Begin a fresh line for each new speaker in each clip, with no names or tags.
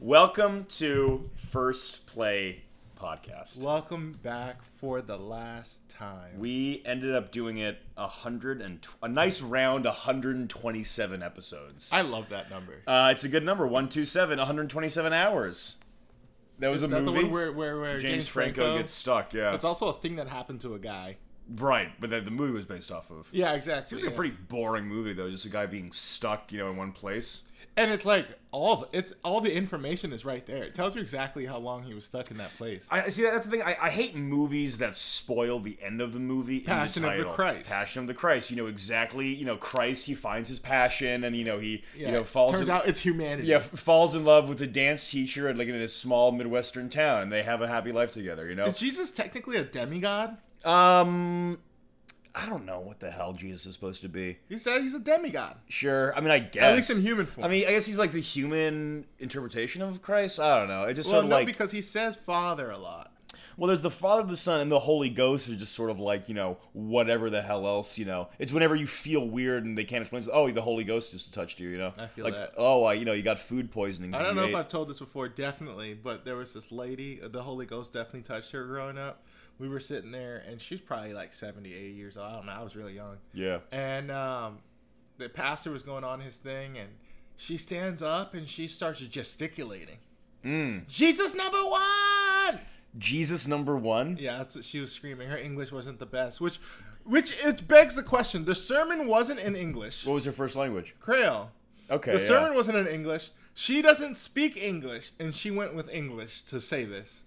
Welcome to First Play Podcast.
Welcome back for the last time.
we ended up doing it a hundred and tw- a nice round 127 episodes.
I love that number.
uh, it's a good number 127, 127 hours. That was
Is
a
that
movie.
the one where, where, where
James, Franco, gets stuck, yeah.
It's also a thing that happened to a guy.
right, but that the movie was based off of.
Yeah, exactly.
It's a pretty boring movie though, just a guy being stuck, you know, in one place.
and it's like all the, it's all the information is right there. It tells you exactly how long he was stuck in that place.
I see that's the thing. I, I hate movies that spoil the end of the movie. in
Passion
the
of the
title.
Christ.
Passion of the Christ. You know exactly. You know Christ. He finds his passion, and you know he
Yeah,
you know falls.
turns
in,
out it's humanity.
yeah, f- falls in love with a dance teacher and like in a small midwestern town, and they have a happy life together. You know.
Is Jesus technically a demigod?
Um, I don't know what the hell Jesus is supposed to be.
He said he's a demigod.
Sure. I mean, I guess
At least in human form.
I mean, I guess he's like the human interpretation of Christ. I don't know. It just
well,
sort of
no,
like
because he says father a lot.
Well, there's the Father, the Son, and the Holy Ghost is just sort of like, you know, whatever the hell else, you know. It's whenever you feel weird and they can't explain, oh, the Holy Ghost just touched you, you know.
I feel
like,
that.
oh, I, you know, you got food poisoning.
I
'cause
don't
you
know if
ate-
I've told this before, definitely, but there was this lady, the Holy Ghost definitely touched her growing up. We were sitting there, and she's probably like 70, 80 years old. I don't know. I was really young.
Yeah.
And um, the pastor was going on his thing, and she stands up and she starts gesticulating. Jesus number one!
Jesus number one.
Yeah, that's what she was screaming. Her English wasn't the best, which, which it begs the question. The sermon wasn't in English.
What was your first language?
Creole.
Okay.
The
yeah.
sermon wasn't in English. She doesn't speak English, and she went with English to say this.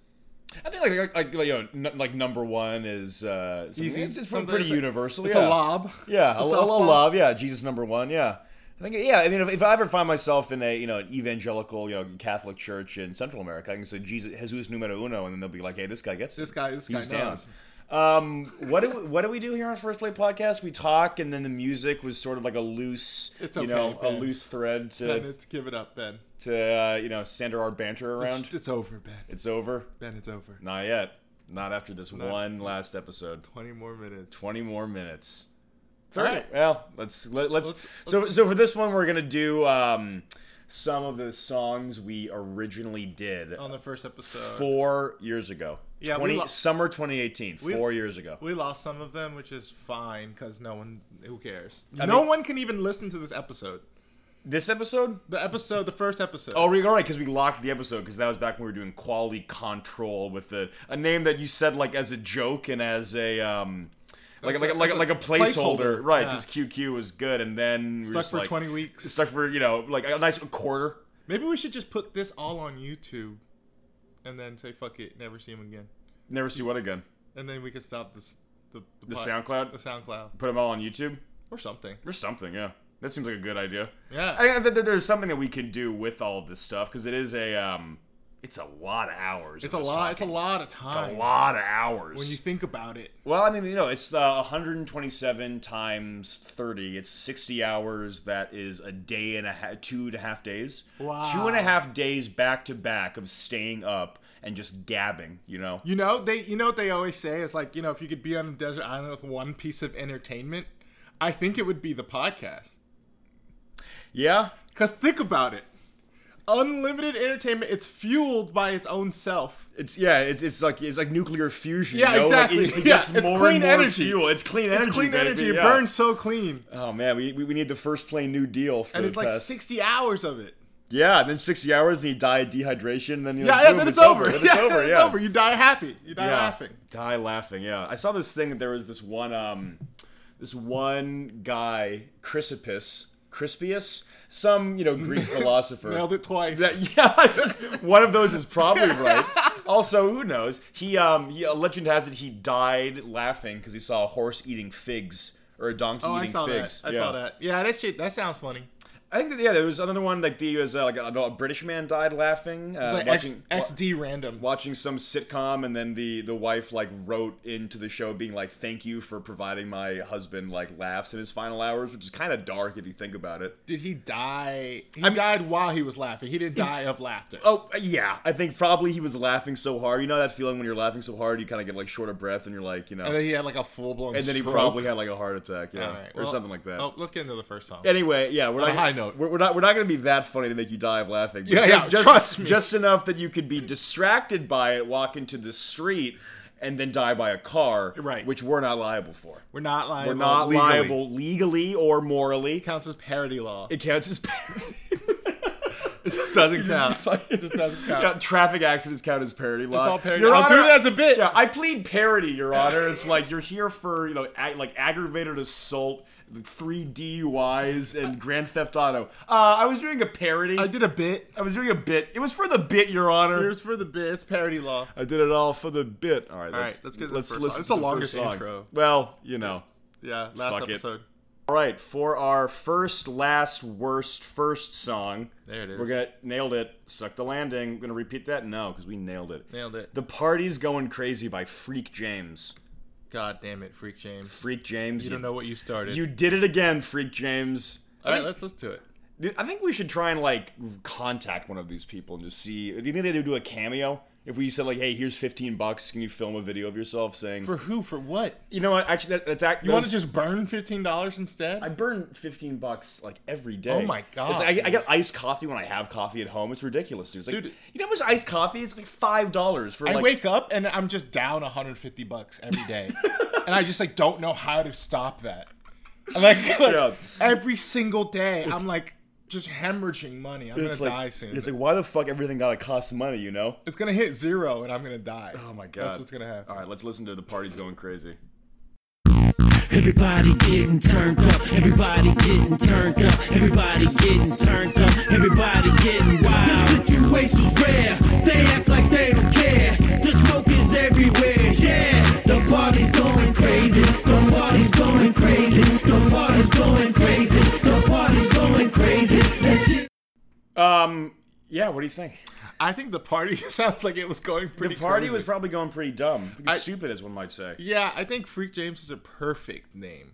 I think like like, like, you know, n- like number one is uh, something-
Easy,
It's, it's
something
pretty
that's like-
universal.
It's
yeah.
a lob.
Yeah,
It's
a,
a
a, a
softball.
love. Yeah, Jesus number one. Yeah, I think. Yeah, I mean, if, if I ever find myself in a you know an evangelical you know Catholic church in Central America, I can say Jesus Jesus numero uno, and then they'll be like, hey, this guy gets it.
This guy, this guy
He's down.
knows.
Um, what do we, what do we do here on First Play Podcast? We talk, and then the music was sort of like a loose,
It's
you know,
okay,
a
Ben.
loose thread
Ben,
to
it's give it up, Ben.
to uh, you know center our banter around.
It's over, Ben.
It's over.
Ben, it's over.
Not yet. Not after this one last episode.
Twenty more minutes.
20 more minutes.
All
All right.
right.
Well, let's let, let's,
Let's-
so so for this one we're going to do um some of the songs we originally did
On the first episode,
4 years ago.
Oh. Yeah, we
20,
lo-
summer 2018, 4 years ago.
we lost some of them, which is fine because no one, who cares?
I
no
mean-
one can even listen to this episode.
this episode?
The episode, the first episode.
Oh, we all right cuz we locked the episode cuz that was back when we were doing quality control with a, a name that you said like as a joke and as a um like
As
like
a-
a, like, a,
as a
like a placeholder,
placeholder,
right?
yeah.
Because QQ was good, and then we were
stuck
just
for
like-
twenty weeks.
stuck for you know like a nice quarter.
Maybe we should just put this all on YouTube, and then say fuck it, never see him again.
Never see what again.
and then we could stop this the
The
pod- the
SoundCloud.
SoundCloud
Put them all on YouTube
or something.
or something. Yeah, that seems like a good idea.
Yeah,
I think that there's something that we can do with all of this stuff because it is a um, it's a lot of hours.
it's a lot. It's a lot of time
It's a lot of hours.
when you think about it.
well, I mean, you know, it's uh, 127 times 30. It's 60 hours. That is a day and a half, two and a half days.
Wow.
Two and a half days back to back of staying up and just gabbing. You know.
You know they. You know what they always say is like you know if you could be on a desert island with one piece of entertainment, I think it would be the podcast.
Yeah.
Cause think about it, unlimited entertainment. It's fueled by its own self.
It's yeah, it's it's like it's like nuclear fusion.
Yeah,
you know?
exactly.
Like, it, it
Yeah,
gets
it's
more
clean
and more
energy.
Fuel. It's clean energy.
It's clean
baby,
energy. It
yeah.
burns so clean,
Oh man, we, we, we need the first plane New Deal for
and
the
it's like
test.
sixty hours of it.
Yeah, and then sixty hours, and you die of dehydration. Then you
Yeah,
like,
yeah
boom,
then it's,
over.
over.
Then
yeah,
it's over.
then
yeah.
it's over. You die happy. You die
Yeah.
laughing.
Die laughing. Yeah, I saw this thing that there was this one um, this one guy Chrysippus, Crispius, some you know Greek philosopher.
Nailed it twice.
That- yeah, one of those is probably right. Also, who knows? He, um, he, uh, legend has it, he died laughing because he saw a horse eating figs or a donkey
Oh, I
eating
saw
figs.
that. I
yeah.
saw that. Yeah, that shit. That sounds funny.
I think that yeah, there was another one like the was uh, like a, a British man died laughing uh,
Like
watching.
X,
wa-
XD random.
Watching some sitcom, and then the the wife like wrote into the show being like, "Thank you for providing my husband like laughs in his final hours," which is kind of dark if you think about it.
Did he die? He died while he was laughing. He didn't die of laughter.
Oh yeah, I think probably he was laughing so hard. You know that feeling when you're laughing so hard, you kind of get like short of breath, and you're like, you know,
and then he had like a full blown.
and then he probably had like a heart attack, yeah, or something like that.
Oh, let's get into the first song.
Anyway, yeah, we're
On
not
a high note.
We're, we're not we're not going to be that funny to make you die of laughing. but
Yeah,
just,
yeah,
just,
trust me.
Just enough that you could be distracted by it, walk into the street, and then die by a car,
Right.
which we're not liable for.
We're not liable.
We're not
legally.
liable legally or morally.
Counts as parody law.
It counts as parody.
It just doesn't count.
Fucking-
It just doesn't count.
Yeah, traffic accidents count as parody law.
It's all parody.
Your
I'll
Honor-
do it as a bit.
Yeah, I plead parody, Your Honor. It's like you're here for you know ag- like aggravated assault, three DUIs, and grand theft auto. Uh, I was doing a parody.
I
I,
did a bit.
was doing a bit. It was for the bit, Your Honor.
Here's for the bit. It's parody law.
I did it all for the bit. All right,
right,
let's,
let's get to the
let's
first
listen.
song. It's the
to
longest
first song.
intro.
Well, you know.
Yeah, last
Fuck it.
episode.
All right, for our first, last, worst, first song.
There it is.
We're gonna nailed it. Suck the landing. Gonna repeat that? No, because we nailed it.
Nailed it.
The party's going crazy by Freak James.
God damn it, Freak James.
Freak James.
You don't know what you started.
You did it again, Freak James.
All right, let's let's do it.
Dude, I think we should try and like contact one of these people and just see. Do you think they would do a cameo? If we said like, "Hey, here's 15 bucks. Can you film a video of yourself saying?"
For who? For what?
you know what? Actually, that, that's actually.
You want to just burn fifteen dollars instead?
I burn 15 bucks like every day.
Oh my God,
It's like, I, I
dude.
get iced coffee when I have coffee at home. It's ridiculous, dude. It's like,
Dude.
you know how much iced coffee? It's like five dollars for
I
like.
wake up and I'm just down 150 bucks every day, and I just like don't know how to stop that. I'm Like, like,
Yeah.
every single day, I'm like just hemorrhaging money. I'm gonna
it's like,
die soon.
It's like why the fuck everything gotta cost money, you know?
It's gonna hit zero, and I'm gonna die.
Oh my god,
that's what's gonna happen.
All right, let's listen to the party's going crazy.
Everybody getting turned up. Everybody getting turned up. Everybody getting turned up. Everybody getting wild. This situation's rare. They act like they don't care. The smoke is everywhere. Yeah, the party's going crazy. The party's going crazy. The party's going crazy. The party's going crazy. Let's get
Um, yeah, what do you think?
I think the party sounds like it was going
The
pretty.
party
crazy.
was probably going pretty dumb, pretty
I-
stupid, as one might say.
Yeah, I think Freak James is a perfect name.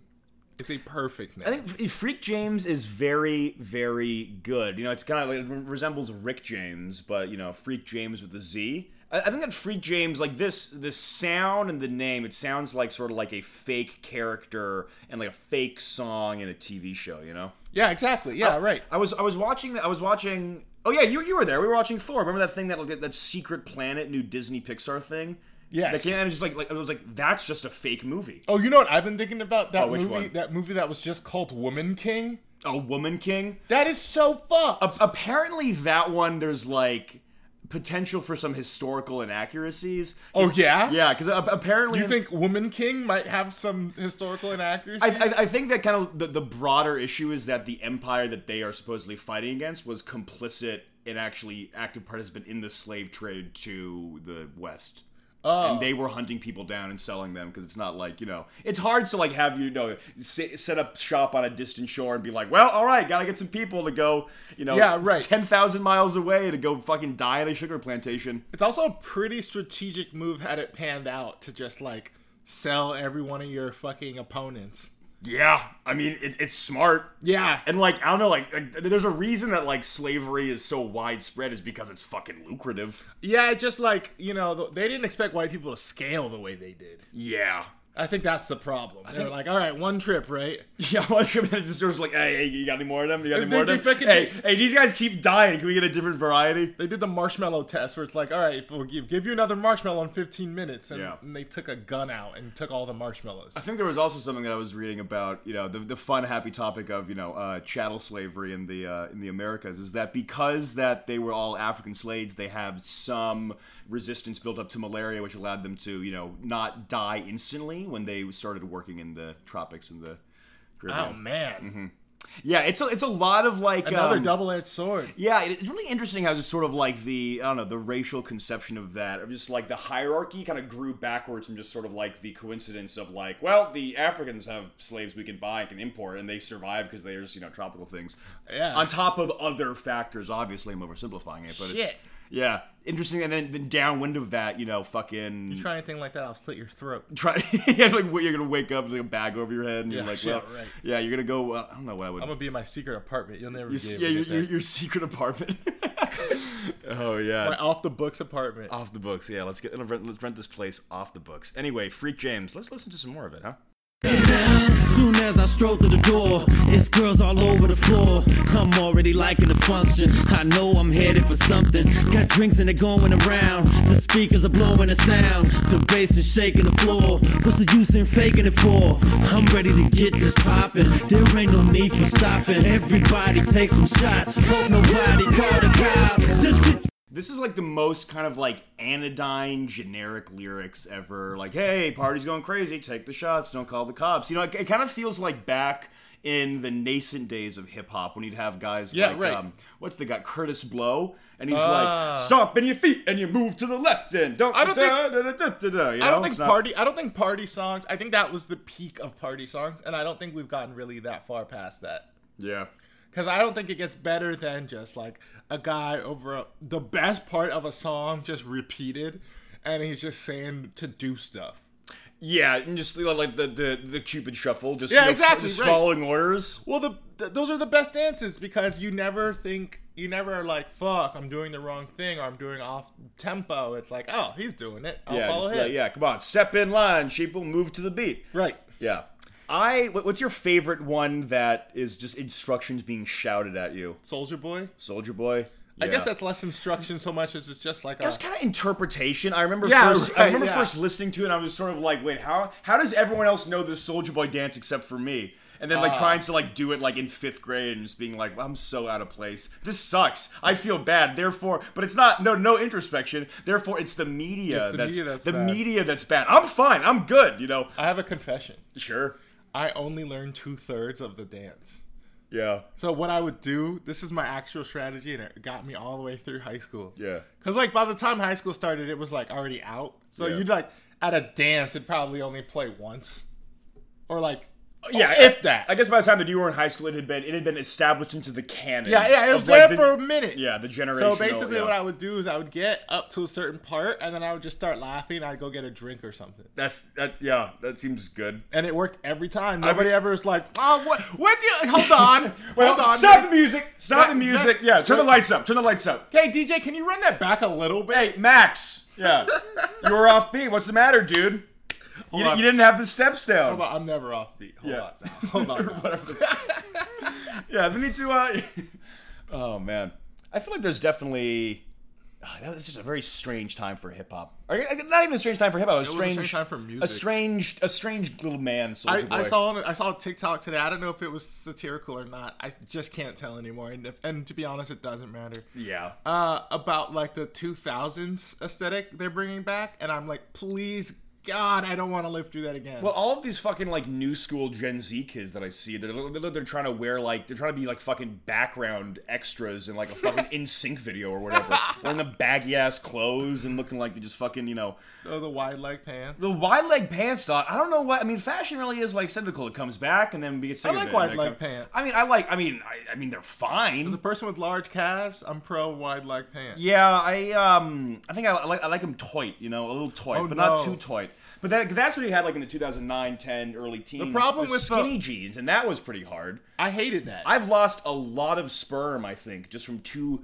It's a perfect name.
I think F- Freak James is very, very good. You know, it's kind of like it re- resembles Rick James, but you know, Freak James with a Z. I, I think that Freak James, like this, this sound and the name, it sounds like sort of like a fake character and like a fake song in a TV show. You know?
yeah, exactly. Yeah, right.
I was, I was watching, I was watching. Oh yeah, you, you were there. We were watching Thor. Remember that thing that like, that Secret Planet new Disney Pixar thing?
Yes.
That came and it was just like, like I was like, that's just a fake movie.
Oh, you know what I've been thinking about that
Oh, which
movie?
one?
That movie that was just called Woman King.
A Woman King.
That is so fucked.
A- apparently that one there's like potential for some historical inaccuracies
oh yeah.
yeah because apparently
You think Woman King might have some historical inaccuracy?
I, I, I think that kind of the, the broader issue is that the empire that they are supposedly fighting against was complicit and actually active participant in the slave trade to the west and they were hunting people down and selling them because it's not like you know it's hard to like have you know sit, set up shop on a distant shore and be like well all right gotta get some people to go you know
Yeah, right.
10000 miles away to go fucking die in a sugar plantation
it's also a pretty strategic move had it panned out to just like sell every one of your fucking opponents.
yeah i mean it, it's smart
Yeah.
And like I don't know, like, like there's a reason that like slavery is so widespread is because it's fucking lucrative.
Yeah, it's just like, you know, th- they didn't expect white people to scale the way they did.
Yeah.
I think that's the problem. They were like, all right, one trip, right?
Yeah, well, it just sort of like, hey, hey, you got any more of them? You got any
They-
more of
they
them?
fucking-
hey, hey, these guys keep dying. Can we get a different variety?
They did the marshmallow test where it's like, all right, we'll give, give you another marshmallow in 15 minutes. And,
Yeah.
and they took a gun out and took all the marshmallows.
I think there was also something that I was reading about, you know, the, the fun, happy topic of, you know, uh, chattel slavery in the uh, in the Americas is that because that they were all African slaves, they have some resistance built up to malaria, which allowed them to, you know, not die instantly when they started working in the tropics in the Caribbean.
Oh, man.
Yeah, it's a, it's a lot of like
Another
um,
double edged sword.
Yeah, it- it's really interesting how just sort of like the I don't know the racial conception of that, of just like the hierarchy kind of grew backwards from just sort of like the coincidence of like, well, the Africans have slaves we can buy and can import, and they survive because they're just you know tropical things.
Yeah.
On top of other factors, obviously, I'm oversimplifying it, but it's
Shit.
yeah, interesting. And then, then downwind of that, you know, fucking
Try anything like that, I'll slit your throat.
try, yeah, like what- you're gonna wake up with like a bag over your head, and you're
Yeah,
like,
shit,
well,
right.
yeah, you're gonna go. Well, I don't know what I would.
I'm gonna be in my secret apartment. You'll never
Your,
be
s-
able
yeah,
to
your,
get
your,
that.
your secret apartment. oh yeah,
My off the books apartment.
off the books. Yeah, let's get let's rent, let's rent this place off the books. Anyway, Freak James, let's listen to some more of it, huh?
down. Soon as I stroll through the door, it's girls all over the floor. I'm already liking the function. I know I'm headed for something. Got drinks and they're going around. The speakers are blowing the sound. The bass is shaking the floor. What's the use in faking it for? I'm ready to get this poppin'. There ain't no need for stopping. Everybody take some shots. Hope nobody call the cops. This is-
This is like the most kind of like anodyne generic lyrics ever. Like, hey, party's going crazy, take the shots, don't call the cops. You know, it, it kind of feels like back in the nascent days of hip hop when you'd have guys
Yeah,
like
right. Ah.
um, what's the guy Curtis Blow, and he's like stomping your feet and you move to the left and don't.
I don't think-
da, da, da, da, da," you
I
know?
don't think
It's not-
party. I don't think party songs. I think that was the peak of party songs, and I don't think we've gotten really that far past that.
Yeah,
Because I don't think it gets better than just like a guy over a, the best part of a song just repeated, and he's just saying to do stuff.
yeah, and just you know, like the the the Cupid shuffle, just
Yeah,
you know,
exactly,
just
right.
following orders.
Well, the th- those are the best dances because you never think you never are like fuck, I'm doing the wrong thing or I'm doing off tempo. It's like oh, he's doing it. I'll
Yeah,
follow
just
him.
like, yeah, come on, step in line, sheeple, move to the beat.
Right.
Yeah. I what- what's your favorite one that is just instructions being shouted at you?
Soldier Boy.
Soldier Boy.
I guess
Yeah.
that's less instruction so much as it's just like
it
a,
was kind of interpretation. I remember
Yeah,
first I
right,
remember
yeah.
first listening to it and I was sort of like, "Wait, how how does everyone else know this Soldier Boy dance except for me?" And then
Uh.
like trying to like do it like in 5th grade and just being like, "I'm so out of place. This sucks. I feel bad." Therefore, but it's not no no introspection. Therefore, it's the media
It's the
that's
media that's
the
bad.
media that's bad. I'm fine. I'm good, you know.
I have a confession.
Sure.
I only learned two thirds of the dance.
Yeah.
So what I would do, this is my actual strategy, and it got me all the way through high school.
Yeah.
Cause like by the time high school started, it was like already out. So
Yeah.
you'd like at a dance, it'd probably only play once, or like
Uh, Yeah,
if that.
Oh, I guess by the time that you were in high school, it had been it had been established into the canon.
yeah, yeah, it
of,
was
like,
there
the-
for a minute.
Yeah, the generation.
So basically, what I would do is I would get up to a certain part, and then I would just start laughing. I'd go get a drink or something,
that's that. Yeah, that seems good.
and it worked every time. Nobody ever was like, "Oh, what? What? Do you, hold on, hold on,
Oh, Stop the music. Stop the
That-
music.
that-
yeah, turn the
that-
lights up. Turn the lights up.
Hey DJ, can you run that back a little bit?
Hey, Max. Yeah, you were off beat. What's the matter, dude? You,
on.
you didn't have the steps down.
Hold on, I'm never off beat. Hold
Yeah.
on now. Hold on. now.
yeah, we need to. Uh, oh man, I feel like there's definitely. ah, That was just a very strange time for hip hop. Or, uh, Not even a strange time for hip hop. A
was a strange
strange
time for music.
A strange, a strange little man.
I,
Soulja
I
Boy.
saw on- I saw a TikTok today. I don't know if it was satirical or not. I just can't tell anymore. And, if, and to be honest, it doesn't matter.
Yeah.
Uh, about like the 2000s aesthetic they're bringing back, and I'm like, please God, I don't want to live through that again.
Well, all of these fucking like new school Gen Z kids that I see, they're they're, they're trying to wear like they're trying to be like fucking background extras in like a fucking in sync video or whatever, wearing the baggy ass clothes and looking like they just fucking you know
oh, the wide leg pants.
the wide leg pants. Dog, I don't know what I mean. Fashion really is like cyclical. It comes back and then we get sick
I
of
like
it.
wide
And
leg
it come-
pant.
I mean, I like. I mean, I, I mean, they're fine.
As a person with large calves, I'm pro wide leg pants.
Yeah, I um, I think I, I like I like him tight, you know, a little tight,
Oh,
but not
no.
too tight. But that, that's what he had like in the 2009, 10, early teens.
problem with the-
skinny jeans, and that was pretty hard.
I hated that.
I've lost a lot of sperm, I think, just from too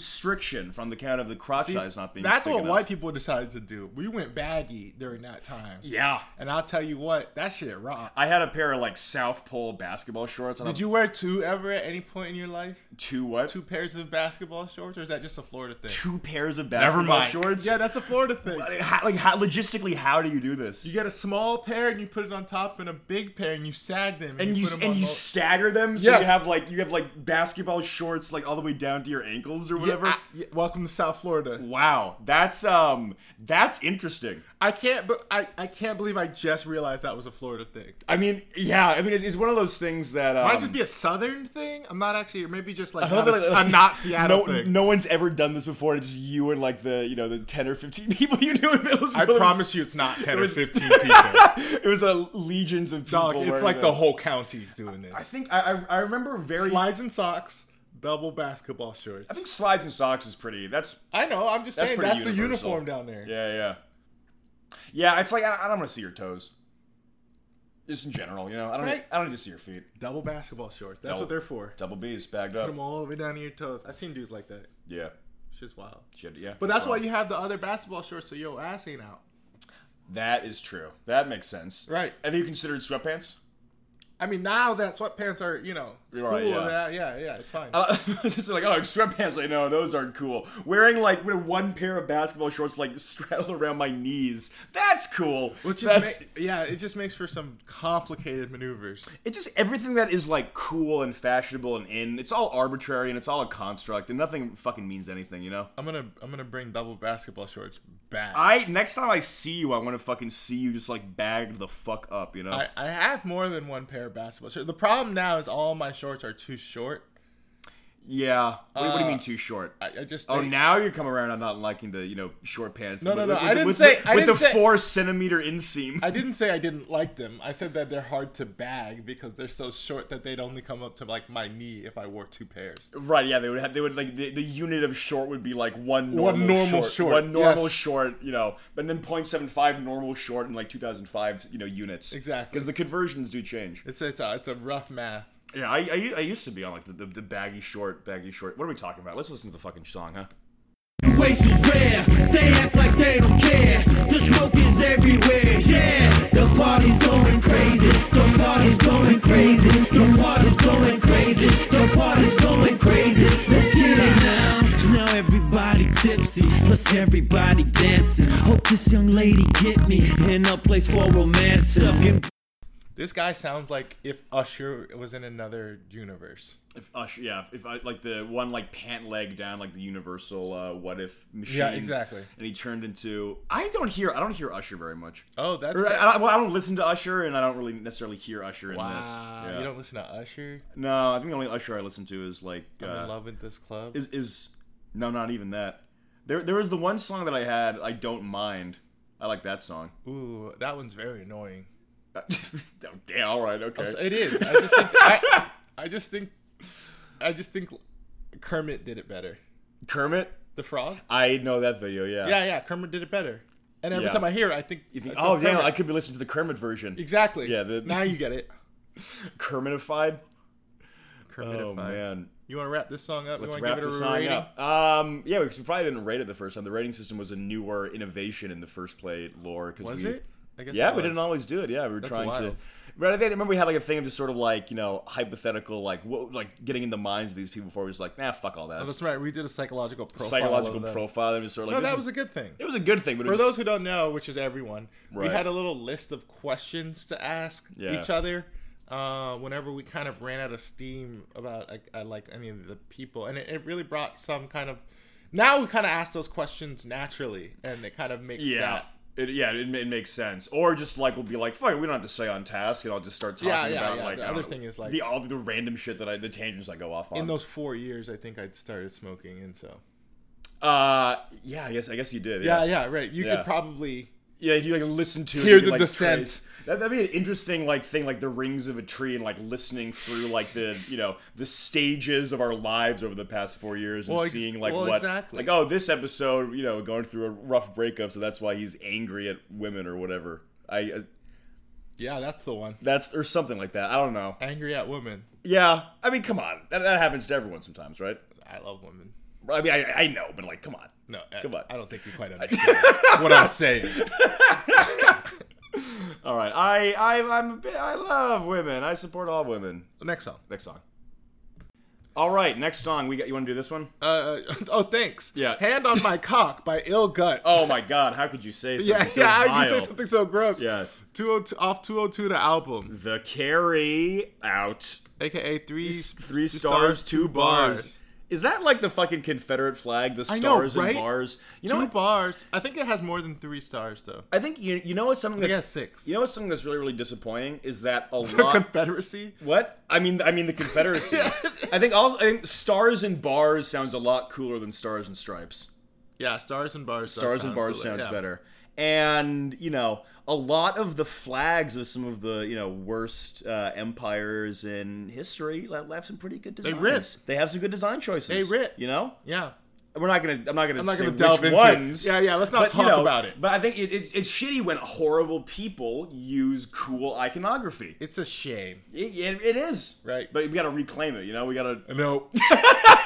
constriction from the count of the crotch
See,
size not being.
That's
big
what
enough.
white people decided to do. We went baggy during that time.
Yeah,
And I'll tell you what, that shit rocked.
I had a pair of like South Pole basketball shorts. I
Did you wear two ever at any point in your life?
two what?
Two pairs of basketball shorts, or is that just a Florida thing?
Two pairs of basketball shorts.
Yeah, that's a Florida thing.
how, like how, logistically, how do you do this?
You get a small pair and you put it on top, and a big pair and you sag them, and,
and you
put them
and
on
you
both.
stagger them so
Yes.
you have like you have like basketball shorts like all the way down to your ankles or
Yeah,
whatever.
I- yeah, welcome to South Florida.
wow, that's um that's interesting.
I can't, but I, I can't believe I just realized that was a Florida thing.
I mean, yeah, I mean it's, it's one of those things that um,
Might just be a Southern thing. I'm not actually, or maybe just like
I
not
don't
a,
know,
a not Seattle
no,
thing.
No one's ever done this before. It's just you and like the you know the ten or fifteen people you knew in middle school.
I
It was-
promise you, it's not ten or
was-
fifteen people.
it was a legions of people.
Dog, it's
wearing
like the
this.
whole county's doing
I
this.
think I I, I remember very.
Slides and socks, double basketball shorts.
I think slides and socks is pretty. That's
I know. I'm just
That's
saying
pretty
that's the
universal.
uniform down there.
Yeah, yeah. Yeah, it's like I, I don't want to see your toes. Just in general, you know, I don't.
Right.
I don't need to see your feet.
Double basketball shorts. That's
Double-
what they're for.
Double B's bagged
Put
up.
them all the way down to your toes. I've seen dudes like that.
Yeah.
Shit's wild.
Shit, yeah.
But that's
Well,
why you have the other basketball shorts so your ass ain't out.
That is true. That makes sense.
Right.
Have you considered sweatpants?
I mean, now that sweatpants are, you know, cool.
Right, yeah.
yeah. yeah, yeah, it's fine.
Uh, just like oh sweatpants like no those aren't cool wearing like with one pair of basketball shorts like straddled around my knees that's cool
Which
That's-
is, ma- yeah, it just makes for some complicated maneuvers.
it just everything that is like cool and fashionable and in it's all arbitrary and it's all a construct and nothing fucking means anything you know
I'm gonna, I'm gonna bring double basketball shorts back.
I next time I see you I want to fucking see you just like bagged the fuck up you know
I, I have more than one pair of basketball shorts. The problem now is all my shorts are too short.
yeah what, what do you mean too short
uh, I, I just
Oh,
think-
now you come around on not liking the you know short pants.
No, no, no,
With,
I
with-
didn't
with
say-
the,
I
with
didn't
the
say-
four centimeter inseam.
I didn't say I didn't like them. I said that they're hard to bag because they're so short that they'd only come up to like my knee if I wore two pairs.
Right, yeah, they would have. They would like the, the unit of short would be like one normal,
One normal short,
one normal
yes.
short, you know, but then 0.75 normal short and like 2005, you know, units
Exactly.
because the conversions do change.
It's it's a, it's a rough math.
Yeah, I, I, I used to be on like the, the, the baggy short, baggy short. What are we talking about? Let's listen to the fucking song, huh?
Waste is rare, they act like they don't care. The smoke is everywhere, yeah. The party's going crazy, the party's going crazy, the party's going crazy, the party's going crazy. Let's get it now. Now everybody tipsy, plus everybody dancing. Hope this young lady get me in a place for romance. Fucking
This guy sounds like if Usher was in another universe.
If Usher, yeah, if I like the one like pant leg down, like the universal uh, what if machine.
exactly.
And he turned into. I don't hear. I don't hear Usher very much.
Oh, that's
Or I,
great.
I, don't- well, I don't listen to Usher, and I don't really necessarily hear Usher in this.
Wow,
Yeah.
you don't listen to Usher?
No, I think the only Usher I listen to is like
I'm in
uh,
love with this club.
is is no, not even that. There there was the one song that I had. I don't mind. I like that song.
Ooh, that one's very annoying.
Oh, Damn. All right. Okay.
So It is. I just think, I, I just think I just think Kermit did it better.
Kermit.
The frog?
I know that video. Yeah.
Yeah, yeah, Kermit did it better. And every
Yeah.
time I hear it, I think,
You think?
I
Oh, damn!
Kermit.
I could be listening to the Kermit version.
Exactly.
Yeah, the-
now you get it.
Kermitified.
Kermitified.
Oh man.
You want to wrap this song up?
Let's
you wanna
wrap
give it a
the song
rating?
up. Um, yeah, because we probably didn't rate it the first time. The rating system was a newer innovation in the first play lore. 'cause
Was
we,
it? I guess
Yeah,
it
we didn't
was.
always do it. Yeah, we were trying to.
wild.
But I think remember we had like a thing of just sort of like you know hypothetical like what like getting in the minds of these people before we was like nah fuck all that
Oh, that's
It's
right. We did a psychological profile.
psychological
of them.
profile and just sort of
No,
like
that
this
was
is-
a good thing.
it was a good thing but it
For
was,
those who don't know, which is everyone, we
Right.
had a little list of questions to ask
Yeah.
each other uh, whenever we kind of ran out of steam about like, uh, like any of the people, and it, it really brought some kind of. Now we kind of ask those questions naturally, and it kind of makes
yeah.
that.
It, yeah, it, ma- it makes sense. Or just like we'll be like, "Fuck, we don't have to stay on task," and I'll just start talking
Yeah, yeah,
about
yeah.
like
The
I don't
other
know,
thing is, like-
the all the random shit that I the tangents I go off on.
In those four years, I think I'd started smoking, and so
uh, yeah, I guess I guess you did.
yeah, yeah, right. You
Yeah.
could probably
Yeah, if you like listen to it,
Hear
you can,
the
like,
descent.
trace- That, that'd be an interesting like thing, like the rings of a tree, and like listening through like the you know the stages of our lives over the past four years, and
Well, ex-
seeing like
well,
what
exactly.
like oh this episode you know going through a rough breakup, so that's why he's angry at women or whatever. I uh,
yeah, that's the one.
that's or something like that. I don't know.
Angry at women.
Yeah, I mean come on, that, that happens to everyone sometimes, right?
I love women.
I mean I, I know, but like come on.
No, I-
Come on.
I don't think you quite understand what I'm saying.
All right, I I I'm a bit, I love women. I support all women.
Next song.
Next song. All right, next song. We got you want to do this one?
Uh, oh, thanks.
Yeah.
Hand on my cock by Ill Gut.
Oh my God! How could you say something
yeah,
so
yeah.
vile?
I can say something so gross.
Yeah.
202 off 202 the album,
The carry out.
aka three
Three stars, two bars. Is that like the fucking Confederate flag? The
I know,
stars
right?
and bars. You know
two
what?
bars. I think it has more than three stars though.
I think you you know what's something that's
it has six.
You know what's something that's really really disappointing is that a
The
lot.
Confederacy.
what I mean, I mean the Confederacy. I think also I think stars and bars sounds a lot cooler than stars and stripes.
Yeah, stars and bars. does
Stars and
sound
Bars
cooler,
sounds
yeah.
better. And you know, a lot of the flags of some of the you know worst uh, empires in history la- have some pretty good designs.
rip.
They have some good design choices.
They rip.
You know,
Yeah.
we're not gonna. I'm not gonna. I'm
not
say
gonna delve
which
into it.
ones,
Yeah, yeah, let's not
but, you
talk
know,
about it.
But I think it, it, it's shitty when horrible people use cool iconography. It,
It's a shame.
it, it is
Right.
but we gotta reclaim it. You know, we gotta
No.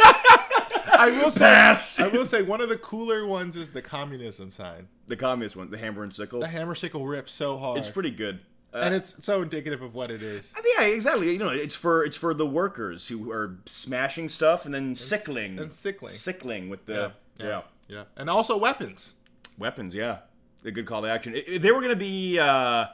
I will say.
pass
I will say one of the cooler ones is the communism sign.
the communist one, the hammer and sickle.
The hammer sickle rips so hard.
It's pretty good.
and it's so indicative of what it is.
Yeah, exactly. You know, it's for it's for the workers who are smashing stuff and then sickling
and sickling.
sickling with the yeah,
yeah, and also weapons.
weapons. Yeah, a good call to action. I- If they were gonna be, uh,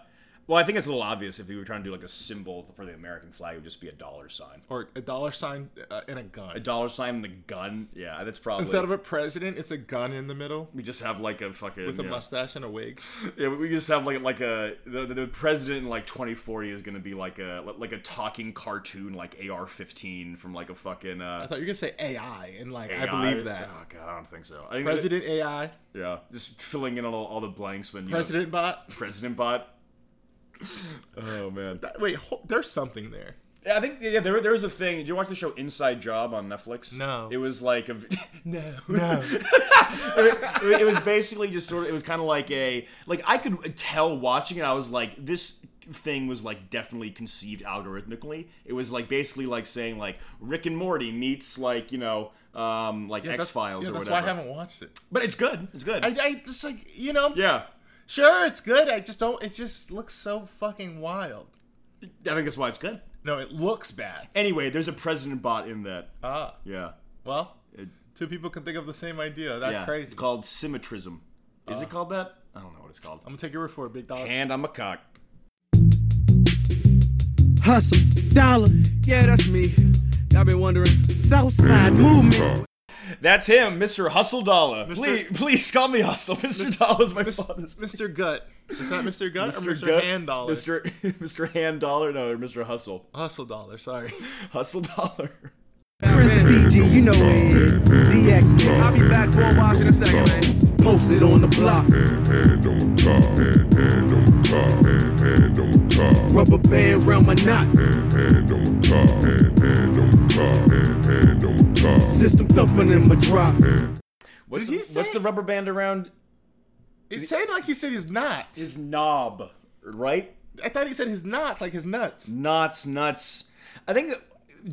well, I think it's a little obvious if you were trying to do like a symbol for the American flag, it would just be a dollar sign.
or a dollar sign uh, and a gun.
A dollar sign and a gun. Yeah, that's probably
Instead of a president, it's a gun in the middle
we just have like a fucking
with a
yeah.
mustache and a wig.
Yeah, we just have like like a the, the president in like 2040 is gonna be like a like a talking cartoon like AR-15 from like a fucking.
I
Uh,
thought you were gonna say AI, and like I
AI.
believe that
Oh god, I don't think so. I think that-
president AI,
yeah, just filling in all, all the blanks when you know,
president bot.
president bot. oh man,
That- Wait, ho- there's something there.
yeah, I think yeah, there there was a thing. Did you watch the show Inside Job on Netflix?
No.
it was like a.
No, no.
I mean, it was basically just sort of it was kind of like a like i could tell watching it i was like this thing was like definitely conceived algorithmically it was like basically like saying like rick and morty meets like you know um like
Yeah, that's-
x-files
yeah,
or
that's
whatever
why I haven't watched it.
but it's good it's good
I, I just like you know.
yeah
Sure, it's good. I just don't. It just looks so fucking wild.
i think that's why it's good
No, it looks bad.
anyway there's a president bot in that Uh,
Ah,
yeah
well,
It-
two people can think of the same idea. That's
yeah.
crazy.
it's called symmetrism is it called that i don't know what it's called
I'm gonna take your word for it, big dog.
and i'm Uh. a cock
hustle, dollar,
Yeah, that's me. Y'all been wondering.
Southside movement.
that's him mr hustle dollar
Mr.
please please call me hustle mr, dollar's my father's
Mr. Gut. Is that Mr. Gut or Mr.
Gut-
Hand Dollar?
Mr. Mr. Hand Dollar, no, Mr. Hustle,
Hustle Dollar, sorry.
Hustle Dollar.
Prince BG, you know who it is. DX
I'll
niggas
be back for a wash in a second, man.
posted on the block. Rubber band round my knot. System thumping in my drop.
What's,
Did he
the, what's
say-
the rubber band around
He said like he said he's not.
his knob? Right,
I thought he said his knots, like his nuts.
knots, nuts. I think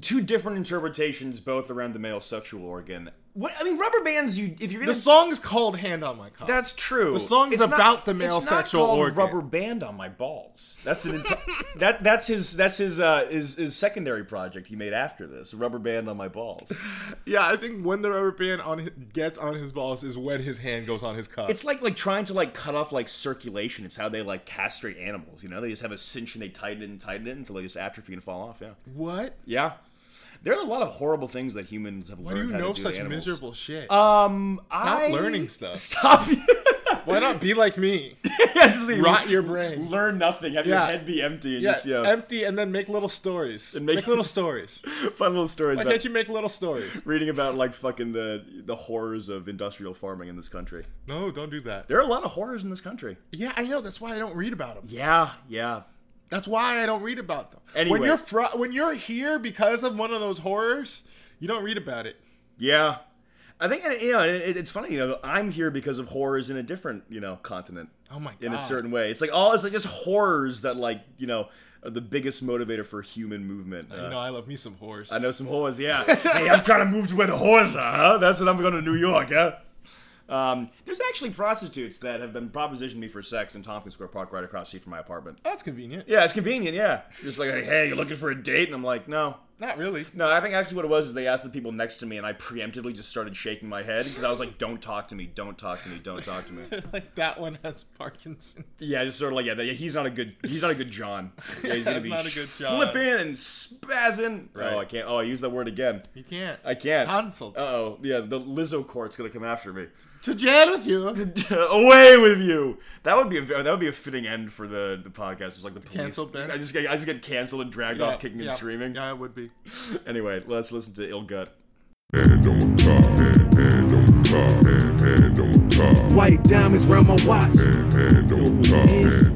two different interpretations, both around the male sexual organ. What I mean, rubber bands. You, if you're gonna,
The song is called Hand on My Cock.
that's true. The
song is about the male
it's not
sexual
called
organ.
Rubber band on my balls. That's an enti- that that's his that's his uh his, his secondary project he made after this. Rubber band on my balls.
yeah, I think when the rubber band on his, gets on his balls is when his hand goes on his cock.
It's like like trying to like cut off like circulation. It's how they like castrate animals. You know, they just have a cinch and they tighten it and tighten it until they just atrophy and fall off. Yeah,
what?
yeah. There are a lot of horrible things that humans have
Why do Uh,
learned
you
how
know
to do to
such
animals.
miserable shit?
Um,
Stop
I
learning stuff.
Stop.
Why not be like me?
yeah, just like,
Rot your brain.
Learn nothing. Have
Yeah.
your head be empty and
Yeah,
just yeah,
empty and then make little stories.
And
make,
make-
little stories.
fun little stories
Why
about
can't you make little stories?
reading about like fucking the the horrors of industrial farming in this country.
No, don't do that.
There are a lot of horrors in this country.
Yeah, I know. That's why I don't read about them.
Yeah, yeah.
That's why I don't read about them.
Anyway.
When you're fr- when you're here because of one of those horrors, you don't read about it.
Yeah, I think and, you know it, it's funny. You know, I'm here because of horrors in a different you know continent.
Oh my god.
in a certain way, it's like all it's like just horrors that like you know are the biggest motivator for human movement. Uh,
You know, I love me some horrors.
I know some whores, yeah. hey, I'm trying to move to where the whores are. Huh? That's what I'm going to New York, huh? Um, there's actually prostitutes that have been propositioned to me for sex in Tompkins Square Park, right across the street from my apartment.
Oh, That's convenient.
Yeah, it's convenient. Yeah, just like hey, you looking for a date, and I'm like, no,
Not really.
no, I think actually what it was is they asked the people next to me, and I preemptively just started shaking my head because I was like, "Don't talk to me! Don't talk to me! Don't talk to me!"
like that one has Parkinson's.
Yeah, just sort of like yeah, yeah, he's not a good he's not a good John. Yeah, he's gonna be
Not a good John.
flipping and spazzing.
Right.
Oh, I can't. Oh, I used that word again.
You can't.
I can't.
Tonsil.
Uh oh, yeah, the Lizzo court's gonna come after me.
to jail with you.
Away with you! That would be a that would be a fitting end for the the podcast. Just like the police.
cancel Ben?
I just get, I just get canceled and dragged
Yeah,
off, kicking
yeah,
and screaming.
Yeah, it would be.
Anyway, let's listen to Ill Gut.
White diamonds round my watch. Know who it is.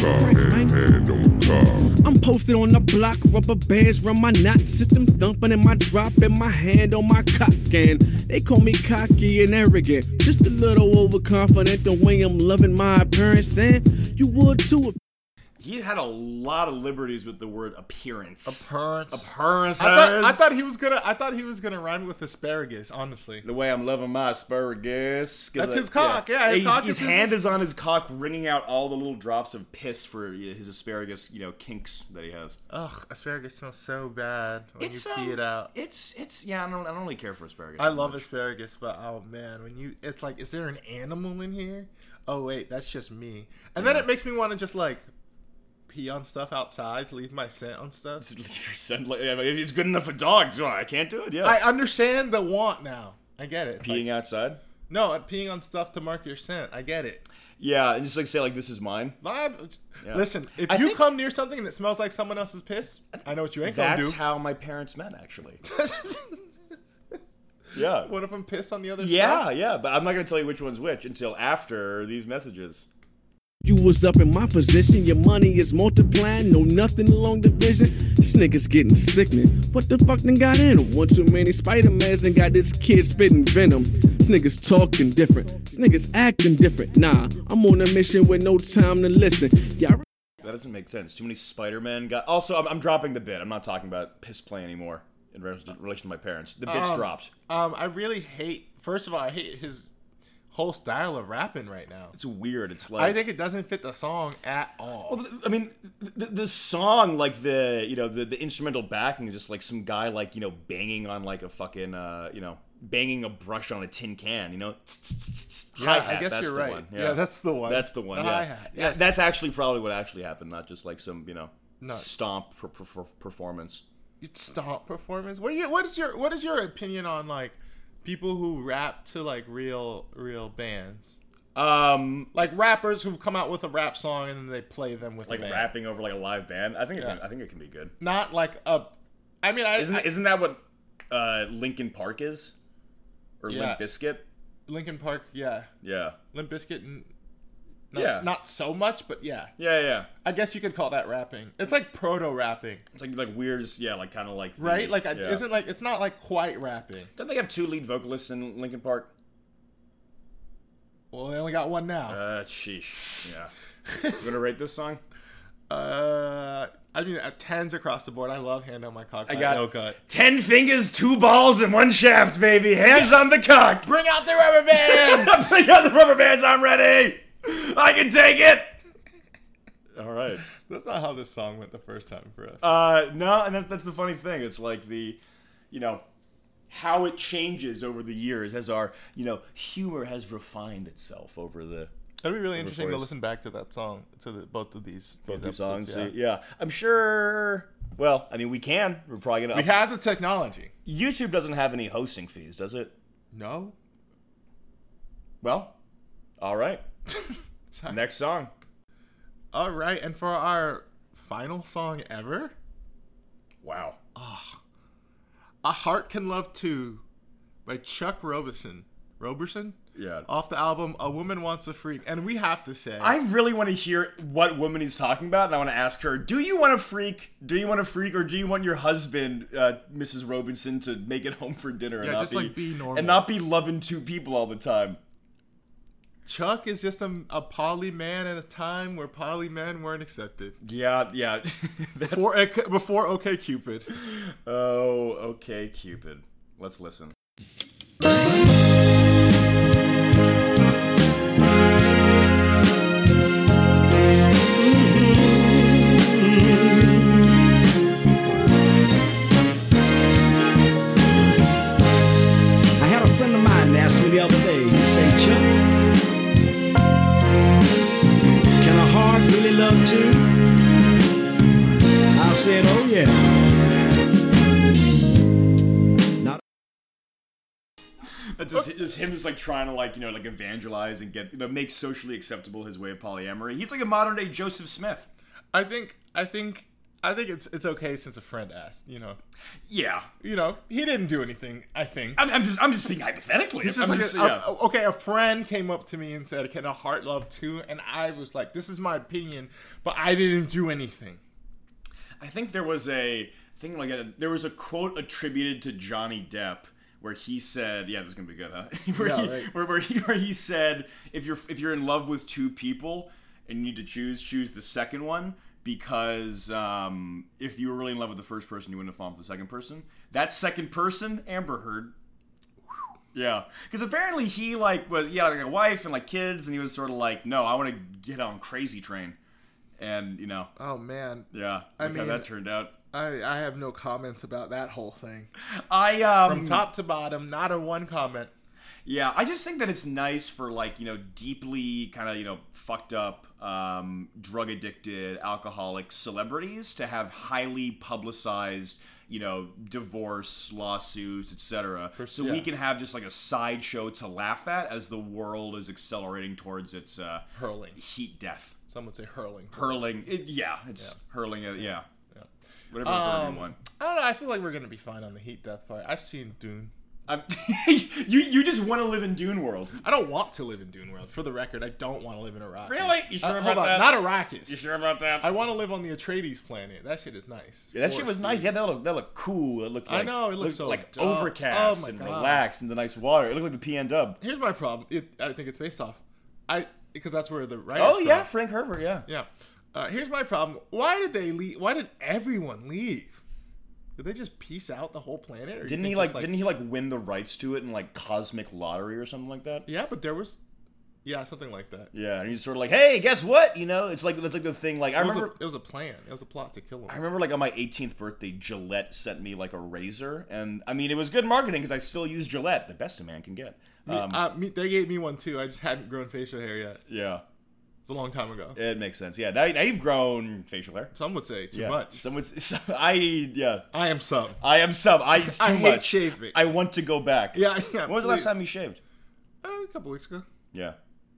Bricks, man. I'm posted on the block, rubber bands round my knot, system thumping in my drop, and my hand on my cock. And they call me cocky and arrogant, just a little overconfident the way I'm loving my appearance. And you would too if
he had a lot of liberties with the word appearance.
Appearance.
Appearance.
I thought, I thought he was gonna. I thought he was gonna rhyme with asparagus. Honestly,
the way I'm loving my asparagus.
That's his cock, yeah, his
his,
cock
his
is-
hand is on his cock, wringing out all the little drops of piss for yeah, his asparagus, you know, kinks that he has.
ugh, asparagus smells so bad when
it's
you pee
um,
it out.
It's it's yeah. I don't I don't really care for asparagus.
I love
it.
asparagus, but oh man, when you, it's like, is there an animal in here? Oh wait, that's just me. And then it makes me want to just like pee on stuff outside, leave my scent on stuff.
Leave your son. like, If it's good enough for dogs, well, I can't do it. Yeah,
I understand the want now. I get it. It's like,
peeing outside.
no, peeing on stuff to mark your scent. I get it.
Yeah, and just like say like this is mine.
Vibe.
Yeah.
Listen, if
I
you
think-
come near something and it smells like someone else's piss, I know what you ain't gonna do.
That's how my parents met, actually. yeah.
what if I'm pissed on the other
Yeah,
side?
yeah, but I'm not gonna tell you which one's which until after these messages.
You was up in my position, your money is multiplying, no nothing along division. This nigga's getting sickening. What the fuck done got in him? One too many Spider-Mans and got this kid spitting venom. This nigga's talking different. This nigga's acting different. Nah, I'm on a mission with no time to listen. Y'all
That doesn't make sense. Too many Spider-Man got. Also, I'm, I'm dropping the bit. I'm not talking about piss play anymore in re- relation to my parents. The bit's
Um,
dropped.
Um, I really hate. First of all, I hate his whole style of rapping right now.
It's weird. It's like
I think it doesn't fit the song at all.
Well, th- I mean, the, the song, like the you know the, the instrumental backing, is just like some guy like you know banging on like a fucking uh, you know banging a brush on a tin can. You know,
Yeah, I
Hi-hat,
guess
that's
you're
the
right.
one,
Yeah, that's the one.
That's the one.
The
yeah.
hi-hat,
Yeah,
yes.
that's actually probably what actually happened, not just like some you know
No.
stomp per- per- per- performance.
It's Stomp performance. What are you? What is your? What is your opinion on like people who rap to like real real bands?
Um,
Like rappers who come out with a rap song and then they play them with
like
a band.
rapping over like a live band. I think it
Yeah.
can, I think it can be good.
not like a. I mean, I
Isn't
I-
isn't that what uh, Linkin Park is or
Yeah.
Limp Biscuit?
Linkin Park, yeah.
Yeah.
Limp Bizkit, n- not,
Yeah.
not so much, but yeah.
Yeah, yeah.
I guess you could call that rapping. It's like proto rapping,
It's like like weird, yeah, like kind of like the-
right? Like, I
yeah.
isn't like it's not like quite rapping.
Don't they have two lead vocalists in Linkin Park?
Well, they only got one now.
Uh, sheesh. Yeah. you gonna rate this song?
Uh, I mean, at tens across the board. I love "Hand on My Cock." I
got-
no cut.
Ten fingers, two balls, and one shaft, baby. Hands on the cock.
Bring out the rubber band.
I got the rubber bands. I'm ready. I can take it. All right.
That's not how this song went the first time for us.
Uh, no, and that's, that's the funny thing. It's like the, you know, how it changes over the years as our, you know, humor has refined itself over the
That'd be really interesting to
voice.
listen back to that song to the, both of these
both
these
these songs.
episodes,
see? yeah, I'm sure. Well, I mean, we can. We're probably gonna.
We have the technology.
YouTube doesn't have any hosting fees, does it?
No.
Well, all right.
Sorry.
Next song.
All right, and for our final song ever.
Wow.
A Heart Can Love Too by Chuck Roberson. Roberson?
Yeah.
Off the album A Woman Wants a Freak. And we have to say,
I really want to hear what woman he's talking about, and I want to ask her: Do you want a freak? Do you want a freak, or do you want your husband, uh, Mrs. Robinson, to make it home for dinner and
Yeah,
not
just,
be
like, be normal.
and not be loving two people all the time?
Chuck is just a, a poly man at a time where poly men weren't accepted.
Yeah, yeah. That's-
Before, OK- before OK Cupid.
oh, okay, Cupid. Let's listen.
I had a friend of mine ask me the other day, he said, Chuck, can a heart really love too? I said, oh yeah. Not
That's just, just him just like trying to like you know like evangelize and get you know make socially acceptable his way of polyamory. He's like a modern day Joseph Smith.
I think, I think, I think it's it's okay since a friend asked, you know.
Yeah,
You know, he didn't do anything, I think.
I'm, I'm just I'm just speaking hypothetically.
This is
I'm
like
just-
a-
yeah.
a- okay. A friend came up to me and said, "Can a heart love too?" And I was like, "This is my opinion, but I didn't do anything."
I think there was a thing like a, there was a quote attributed to Johnny Depp where he said, "Yeah, this is gonna be good, huh?" where,
Yeah,
he,
right.
where, where he where he said, "If you're if you're in love with two people and you need to choose, choose the second one." because um, if you were really in love with the first person, you wouldn't have fallen for the second person. That second person, Amber Heard. Yeah, because apparently he like was yeah like a wife and like kids, and he was sort of like, no, I want to get on crazy train, and you know,
Oh man,
yeah,
I
look how
mean-
that turned out.
I, I have no comments about that whole thing.
I um,
From top to bottom, not a one comment.
Yeah, I just think that it's nice for like, you know, deeply kind of, you know, fucked up, um, drug addicted, alcoholic celebrities to have highly publicized, you know, divorce, lawsuits, etc. So we
yeah.
can have just like a sideshow to laugh at as the world is accelerating towards its uh,
Hurling.
heat death.
Some would say hurling.
Hurling. It, yeah, it's hurling it. Yeah.
Yeah.
Whatever um,
Um,
you want.
I don't know. I feel like we're gonna be fine on the heat death part. I've seen Dune.
I'm- you you just want to live in Dune World.
I don't want to live in Dune World. For the record, I don't want to live in Iraq.
Really? You sure about that?
Not Arrakis.
about that?
I want to live on the Atreides planet. That shit is nice.
Yeah, that
Or
shit was
sea.
nice. Yeah, that looked, that looked cool. It looked
I
like,
know, it looked so
like
dope.
overcast
Oh my
and
God.
relaxed and the nice water. It looked like the PN dub.
Here's my problem. It, I think it's based off. I because that's where the right.
Oh yeah, Frank Herbert. Yeah,
Yeah. Uh, here's my problem. Why did they leave? Why did everyone leave? Did they just peace out the whole planet? Or you
didn't
think
he
just,
like, Didn't he like win the rights to it in like cosmic lottery or something like that?
Yeah, but there was. Yeah, something like that.
Yeah, and he's sort of like, hey, guess what? You know, it's like it's like the thing. Like I
It was,
remember.
a, it was a plan. It was a plot to kill him.
I remember, like on my 18th birthday, Gillette sent me like a razor, and I mean, it was good marketing because I still use Gillette, the best a man can get. Um,
uh, me, they gave me one too. I just hadn't grown facial hair yet.
yeah,
It's a long time ago.
it makes sense. Yeah, now, now you've grown facial hair.
Some would say too
Yeah,
much.
someone's. So, I yeah,
I am some.
I am sub. I it's too
I hate
much.
shaving.
I want to go back.
Yeah, yeah,
When was the last
please.
time you shaved?
Uh, a couple weeks ago.
Yeah.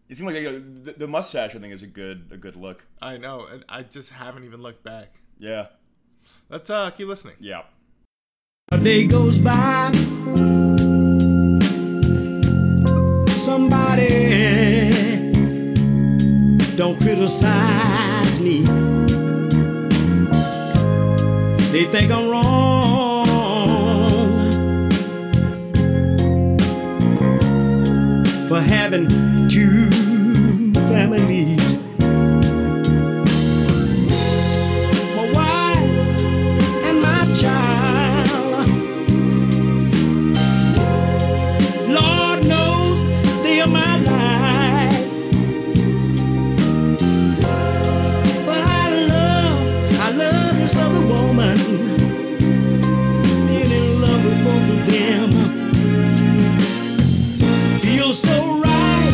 It seemed like you know, the, the mustache. I think is a good a good look.
I know, and I just haven't even looked back.
Yeah.
Let's uh keep listening.
Yeah.
A day goes by. Somebody don't criticize me. They think I'm wrong for having two families. My wife and my child. Lord knows they are my life. But I love, I love this other woman. Been in love with both of them. Feels so right.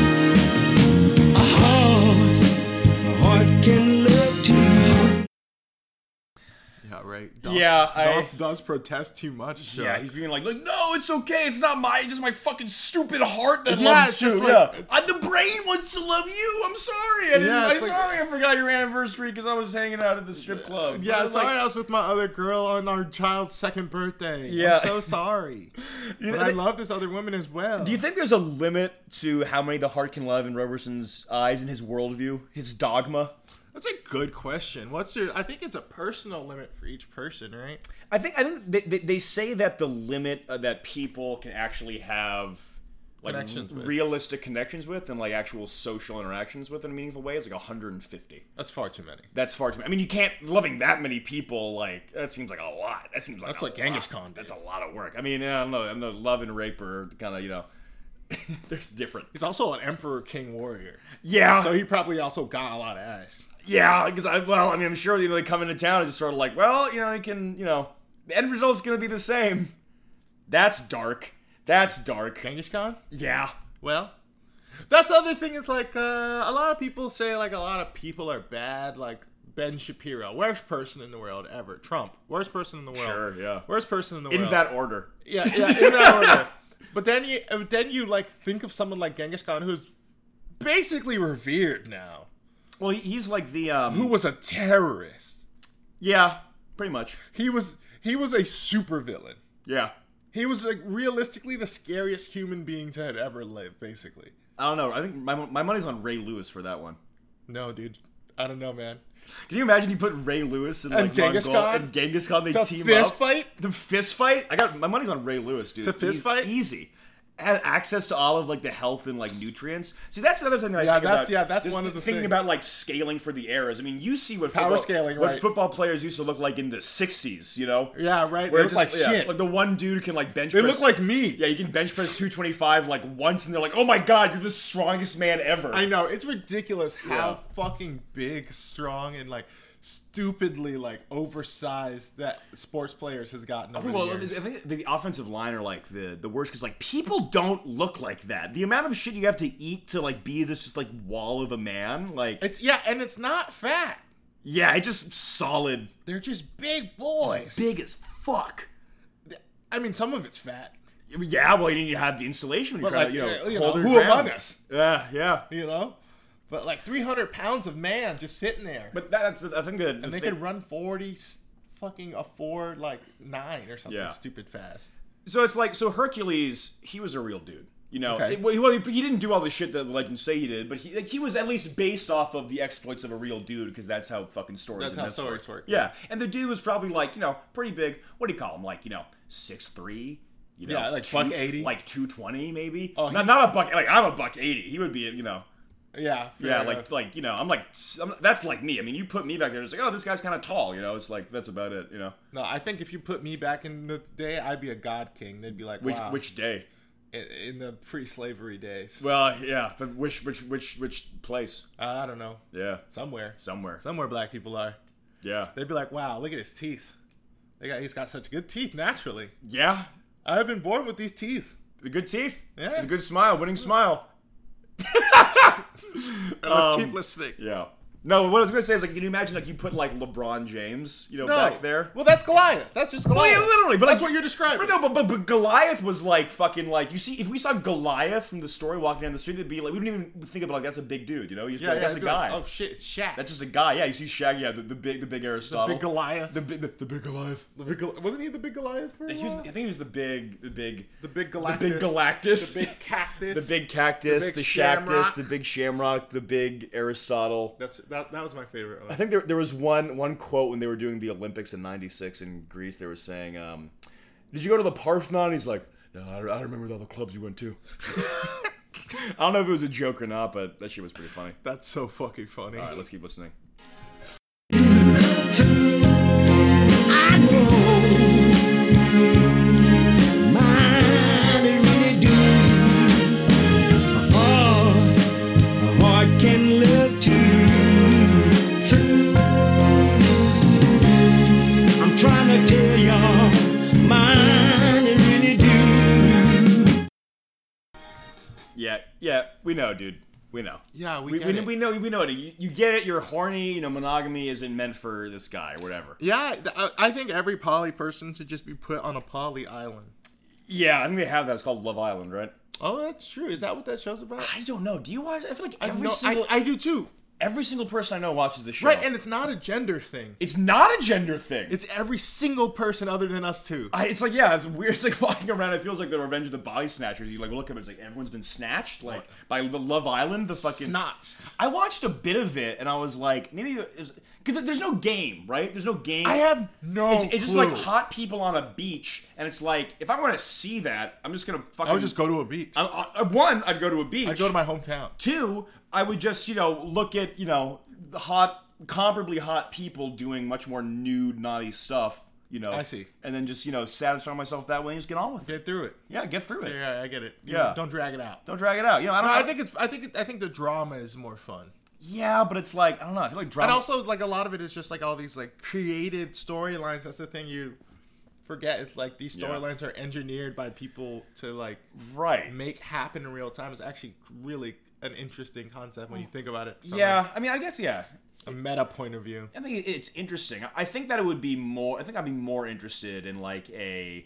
A heart, a heart can look to you.
Yeah, right.
Yeah, I-
Dolph does protest too much. Sure.
Yeah. He's being like, like, no, it's okay. It's not my, just my fucking stupid heart that
Yeah,
loves
it's just
you.
like-
yeah. I, the brain wants to love you. I'm sorry. I didn't,
Yeah,
I'm
it's like-
sorry. I forgot your anniversary because I was hanging out at the strip club.
Yeah,
But it's
sorry,
like-
I was with my other girl on our child's second birthday.
Yeah.
I'm so sorry.
You
but
know,
I
they-
love this other woman as well.
Do you think there's a limit to how many the heart can love in Roberson's eyes and his worldview, his dogma?
That's a good question. What's your? I think it's a personal limit for each person, right?
I think I think they, they, they say that the limit uh, that people can actually have like
Connections
r-
with.
realistic connections with and like actual social interactions with in a meaningful way is like 150.
That's far too many.
That's far too. many. I mean, you can't loving that many people like that seems like a lot. That seems like
That's
a
what Genghis
lot.
Khan did.
That's a lot of work. I mean, I don't know. I know love and rape are kind of you know. There's different.
He's also an emperor king warrior,
Yeah.
so he probably also got a lot of ass.
Yeah, because I well, I mean, I'm sure you know, they come into town and just sort of like, well, you know, you can, you know, the end result's gonna be the same. That's dark. That's dark.
Genghis Khan.
Yeah.
Well, that's the other thing. Is like uh, a lot of people say like a lot of people are bad. Like Ben Shapiro, worst person in the world ever. Trump, worst person in the world.
Sure, yeah.
Worst person in the
In
world.
that order.
yeah, yeah, in that order. But then you uh, then you like think of someone like Genghis Khan, who's basically revered now,
Well, he- he's like the um.
who was a terrorist.
yeah, pretty much.
He was he was a supervillain.
Yeah.
He was like realistically the scariest human being to have ever lived, basically.
I don't know. I think my my money's on Ray Lewis for that one.
No, dude, I don't know, man.
Can you imagine you put Ray Lewis and,
And
like
Genghis
Mongol
Khan?
and Genghis Khan? They
The
team
fist
up.
fight?
The fist fight. I got my money's on Ray Lewis, dude.
The fist
Eas-
fight?
Easy. had access to all of like the health and like nutrients. See, that's another thing that I
Yeah,
think
that's-
about.
yeah, that's
This
one of the
thinking
things.
about like scaling for the eras. I mean, you see what
Power
football,
scaling,
what
right.
football players used to look like in the '60s. You know?
Yeah, right.
Where
They look
just-
like
yeah,
shit.
Like the one dude can like bench.
They
press,
look like me.
Yeah, you can bench press 225 like once, and they're like, "Oh my god, you're the strongest man ever."
I know it's ridiculous how
Yeah.
fucking big, strong, and like stupidly like oversized that sports players has gotten over
Well,
the
I
years.
think the offensive line are like the the worst because like people don't look like that. The amount of shit you have to eat to like be this just like wall of a man, like
It's yeah, and it's not fat.
yeah, it just solid,
They're just big boys.
big as fuck.
I mean, some of it's fat.
Yeah, well, you need to have the insulation. When you're
But,
trying
like,
to,
uh,
you
you
know,
know,
hold
who
your ground.
among us?
Yeah, yeah.
You know, but like 300 pounds of man just sitting there,
But that's the, I think that
and they could run 40, s- fucking a four like nine or something
Yeah.
stupid fast.
So it's like so Hercules, he was a real dude. You know,
Okay.
It- well, he, well, he didn't do all the shit that the legends say he did, but he like, he was at least based off of the exploits of a real dude because that's how fucking stories.
That's
and
how
myths
stories work.
Yeah, and the dude was probably like you know pretty big. What do you call him? Like you know six three. You know,
Yeah, like
two-
buck 80.
like two twenty maybe.
Oh,
Oh,
he-
not, not a buck. Like I'm a buck eighty. He would be, you know,
Yeah, fair
yeah,
enough.
like like you know, I'm like s- I'm, that's like me. I mean, you put me back there, it's like oh, this guy's kind of tall. You know, it's like that's about it. You know,
no, I think if you put me back in the day, I'd be a god king. They'd be like,
which
wow.
which day?
in, in the pre-slavery days. Uh,
Well, yeah, but which which which which place?
I don't know.
Yeah,
Somewhere.
somewhere.
Somewhere black people are.
Yeah,
They'd be like, "Wow, look at his teeth. They got he's got such good teeth naturally.
yeah.
I've been born with these teeth."
The good teeth.
Yeah.
It's a good smile. Winning smile.
Let's keep listening.
Um, Yeah. No, what I was gonna say is like, can you imagine like you put like LeBron James, you know, back there?
Well, that's Goliath. That's just Goliath.
yeah, literally, but
that's
like-
what you're describing.
But no, but, but but Goliath was like fucking like you see if we saw Goliath from the story walking down the street, it'd be like we wouldn't even think about like that's a big dude, you know? You just be
yeah,
like,
yeah,
that's a
I'd be like,
guy.
oh shit, it's Shaq.
That's just Oh. a guy. Yeah, you see Shaggy, yeah, the, the big the big Aristotle.
big Goliath.
The big the, the big Goliath.
The big Goli- wasn't he the big Goliath for a
He was, I
while?
think he was the big the big
The big Galactus.
The big Galactus.
The big cactus.
The big cactus, the,
The big
shactus,
shamrock.
the big shamrock, the big Aristotle.
That's that. That was my favorite. One.
I think there, there was one one quote when they were doing the Olympics in '96 in Greece. They were saying, um, "Did you go to the Parthenon?" And he's like, "No, I, I remember all the clubs you went to." I don't know if it was a joke or not, but that shit was pretty funny.
that's so fucking funny.
All right, let's keep listening.
I know mine it really do. My heart, my heart can love too. I'm trying to tell y'all, mine it really do.
Yeah, yeah, we know, dude. We know.
Yeah, we
we,
get
we,
it.
we know we know it. You, you get it. You're horny. You know, monogamy isn't meant for this guy or whatever.
Yeah, th- I- I think every poly person should just be put on a poly island.
Yeah, I think they have that. It's called Love Island, right?
Oh, that's true. Is that what that show's about?
I don't know. Do you watch? I feel like
I
every
know-
single
I, I do too.
every single person I know watches the show.
Right, and it's not a gender thing.
it's not a gender thing.
It's every single person other than us two.
I, it's like yeah, it's weird. It's like walking around. It feels like the Revenge of the Body Snatchers. You like look at it. It's like everyone's been snatched, like by the Love Island. The fucking
Snatched.
I watched a bit of it and I was like, maybe because there's no game, right? There's no game.
I have no
It's, it's just like
clue.
hot people on a beach, and it's like if I want to see that, I'm just gonna fucking.
I would just go to a beach.
I, I, one, I'd go to a beach.
I'd go to my hometown.
Two, I would just, you know, look at, you know, the hot, comparably hot people doing much more nude, naughty stuff, you know.
I see.
And then just, you know, satisfy myself that way and just get on with it.
Get through it.
Yeah, get through it.
Yeah, I get it. You
Yeah.
know, don't drag it out.
Don't drag it out. You know, I don't
No, I think it's. I think. It, I think the drama is more fun.
Yeah, but it's like, I don't know. I feel like
And
drama.
also, like a lot of it is just like all these like created storylines. That's the thing you forget. It's like these
Yeah.
storylines are engineered by people to like
right.
make happen in real time. It's actually really an interesting concept when you think about it. From
Yeah, I mean, I guess, yeah.
like, a meta point of view.
I think it's interesting. I think that it would be more. I think I'd be more interested in like a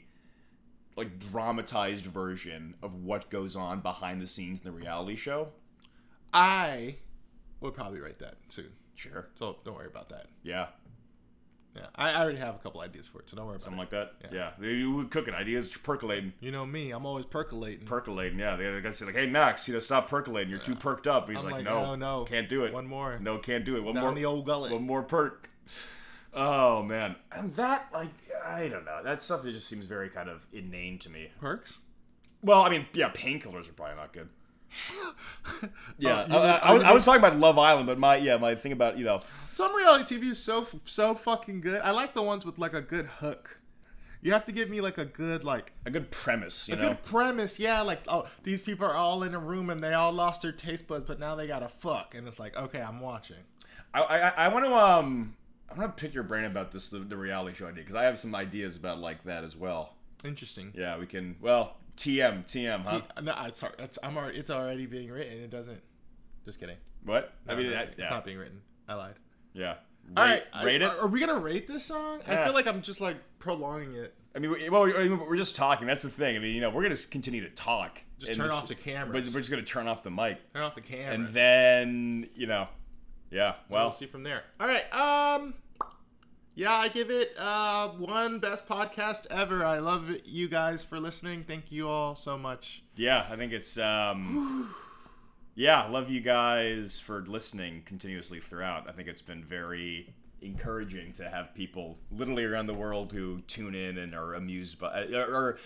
like dramatized version of what goes on behind the scenes in the reality show.
I would probably write that soon.
Sure.
So don't worry about that.
Yeah.
Yeah, I I already have a couple ideas for it, so don't worry about
Something
it.
like that. Yeah. You were cooking ideas, percolating,
you know me, I'm always percolating.
percolating. Yeah. The other guy said like, "Hey Max, you know, stop percolating. You're too perked up." And he's
I'm
like,
like,
"No,
no, no.
can't do it.
One more.
No, can't do it. One
Down
more.
the old gullet."
One more perk." Oh man, and that like I don't know. That stuff it just seems very kind of inane to me.
Perks?
Well, I mean, yeah, painkillers are probably not good. yeah,
Oh, you-
I, I- I was, I was talking about Love Island, but my yeah, my thing about you know,
Some reality TV is so so fucking good. I like the ones with like a good hook. You have to give me like a good like
a good premise, you
a
know.
good premise. Yeah, like oh, these people are all in a room and they all lost their taste buds, but now they got to fuck, and it's like okay, I'm watching.
I, I, I want to um I want to pick your brain about this the, the reality show idea because I have some ideas about like that as well.
Interesting.
Yeah, we can. Well, TM TM, huh?
No, I, sorry, it's, I'm already, it's already being written. It doesn't. Just kidding.
what? I
No,
mean,
no,
I-
it's
yeah,
not being written. I lied.
yeah. Rate,
All right,
rate
I-
it.
Are we gonna rate this song? I
Yeah.
feel like I'm just like prolonging it.
I mean, we, well, we- I mean, we're just talking. That's the thing. I mean, you know, we're gonna s- continue to talk.
Just
and
turn
this-
off the cameras.
But we're just gonna turn off the mic,
Turn off the camera.
and then you know, yeah.
we'll
Well,
see from there. All right. Um. Yeah, I give it uh, one best podcast ever. I love it- you guys for listening. Thank you all so much.
yeah. I think it's um. Yeah, love you guys for listening continuously throughout. I think it's been very encouraging to have people literally around the world who tune in and are amused by, or, or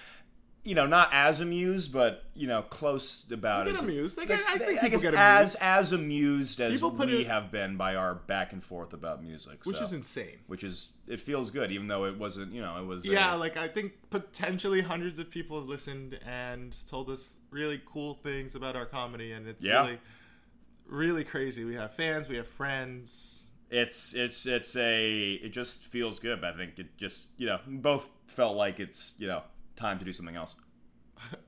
you know, not as amused, but you know, close about
Get
as
amused. They get, I think people
guess
get
as
amused,
as amused as
People put
we
it-
have been by our back and forth about music,
which
so-
is insane.
Which is it feels good, even though it wasn't. You know, it was. a-
Yeah, like I think potentially hundreds of people have listened and told us really cool things about our comedy, and it's
Yeah.
really, really crazy. We have fans, we have friends.
it's it's it's a it just feels good. But I think it just you know both felt like it's you know time to do something else.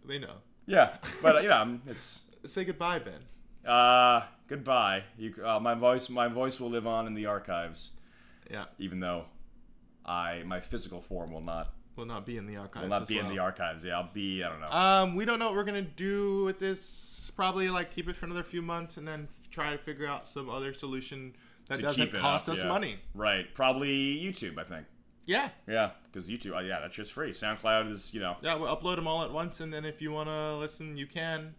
They know.
Yeah, but uh, you know um, it's
Say goodbye, Ben.
uh goodbye. You uh, my voice my voice will live on in the archives,
Yeah,
even though I my physical form will not
will not be in the archives.
will not
as
be in
well.
the archives. Yeah, I'll be I don't know.
Um, we don't know what we're gonna do with this. Probably like keep it for another few months and then f- try to figure out some other solution that
to
doesn't
keep it
cost
up,
us
yeah.
money.
Right. Probably YouTube, I think.
Yeah,
Yeah, because YouTube, uh, yeah, that's just free. SoundCloud is, you know,
yeah. We'll upload them all at once, and then if you wanna listen, you can.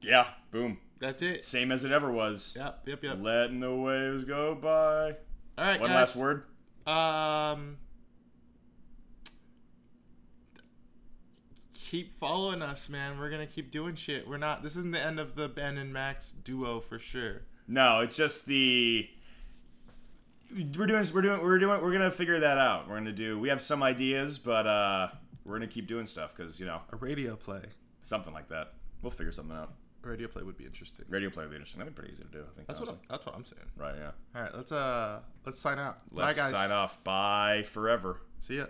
yeah, boom.
That's it.
Same as it ever was.
Yep, yep, yep. All
Letting the waves go by.
right,
One last
guys.
word.
Um, keep following us, man. We're gonna keep doing shit. We're not. This isn't the end of the Ben and Max duo for sure.
No, it's just the. We're doing, we're doing, we're doing, we're gonna figure that out. We're gonna do, we have some ideas, but uh we're gonna keep doing stuff because, you know,
A radio play.
something like that. We'll figure something out.
A radio play would be interesting.
Radio play would be interesting. That'd be pretty easy to do, I think.
That's what. I'm,
honestly.
that's what I'm saying.
Right, yeah.
All right, let's uh let's sign out.
Let's
Bye guys.
sign off. Bye forever.
See ya.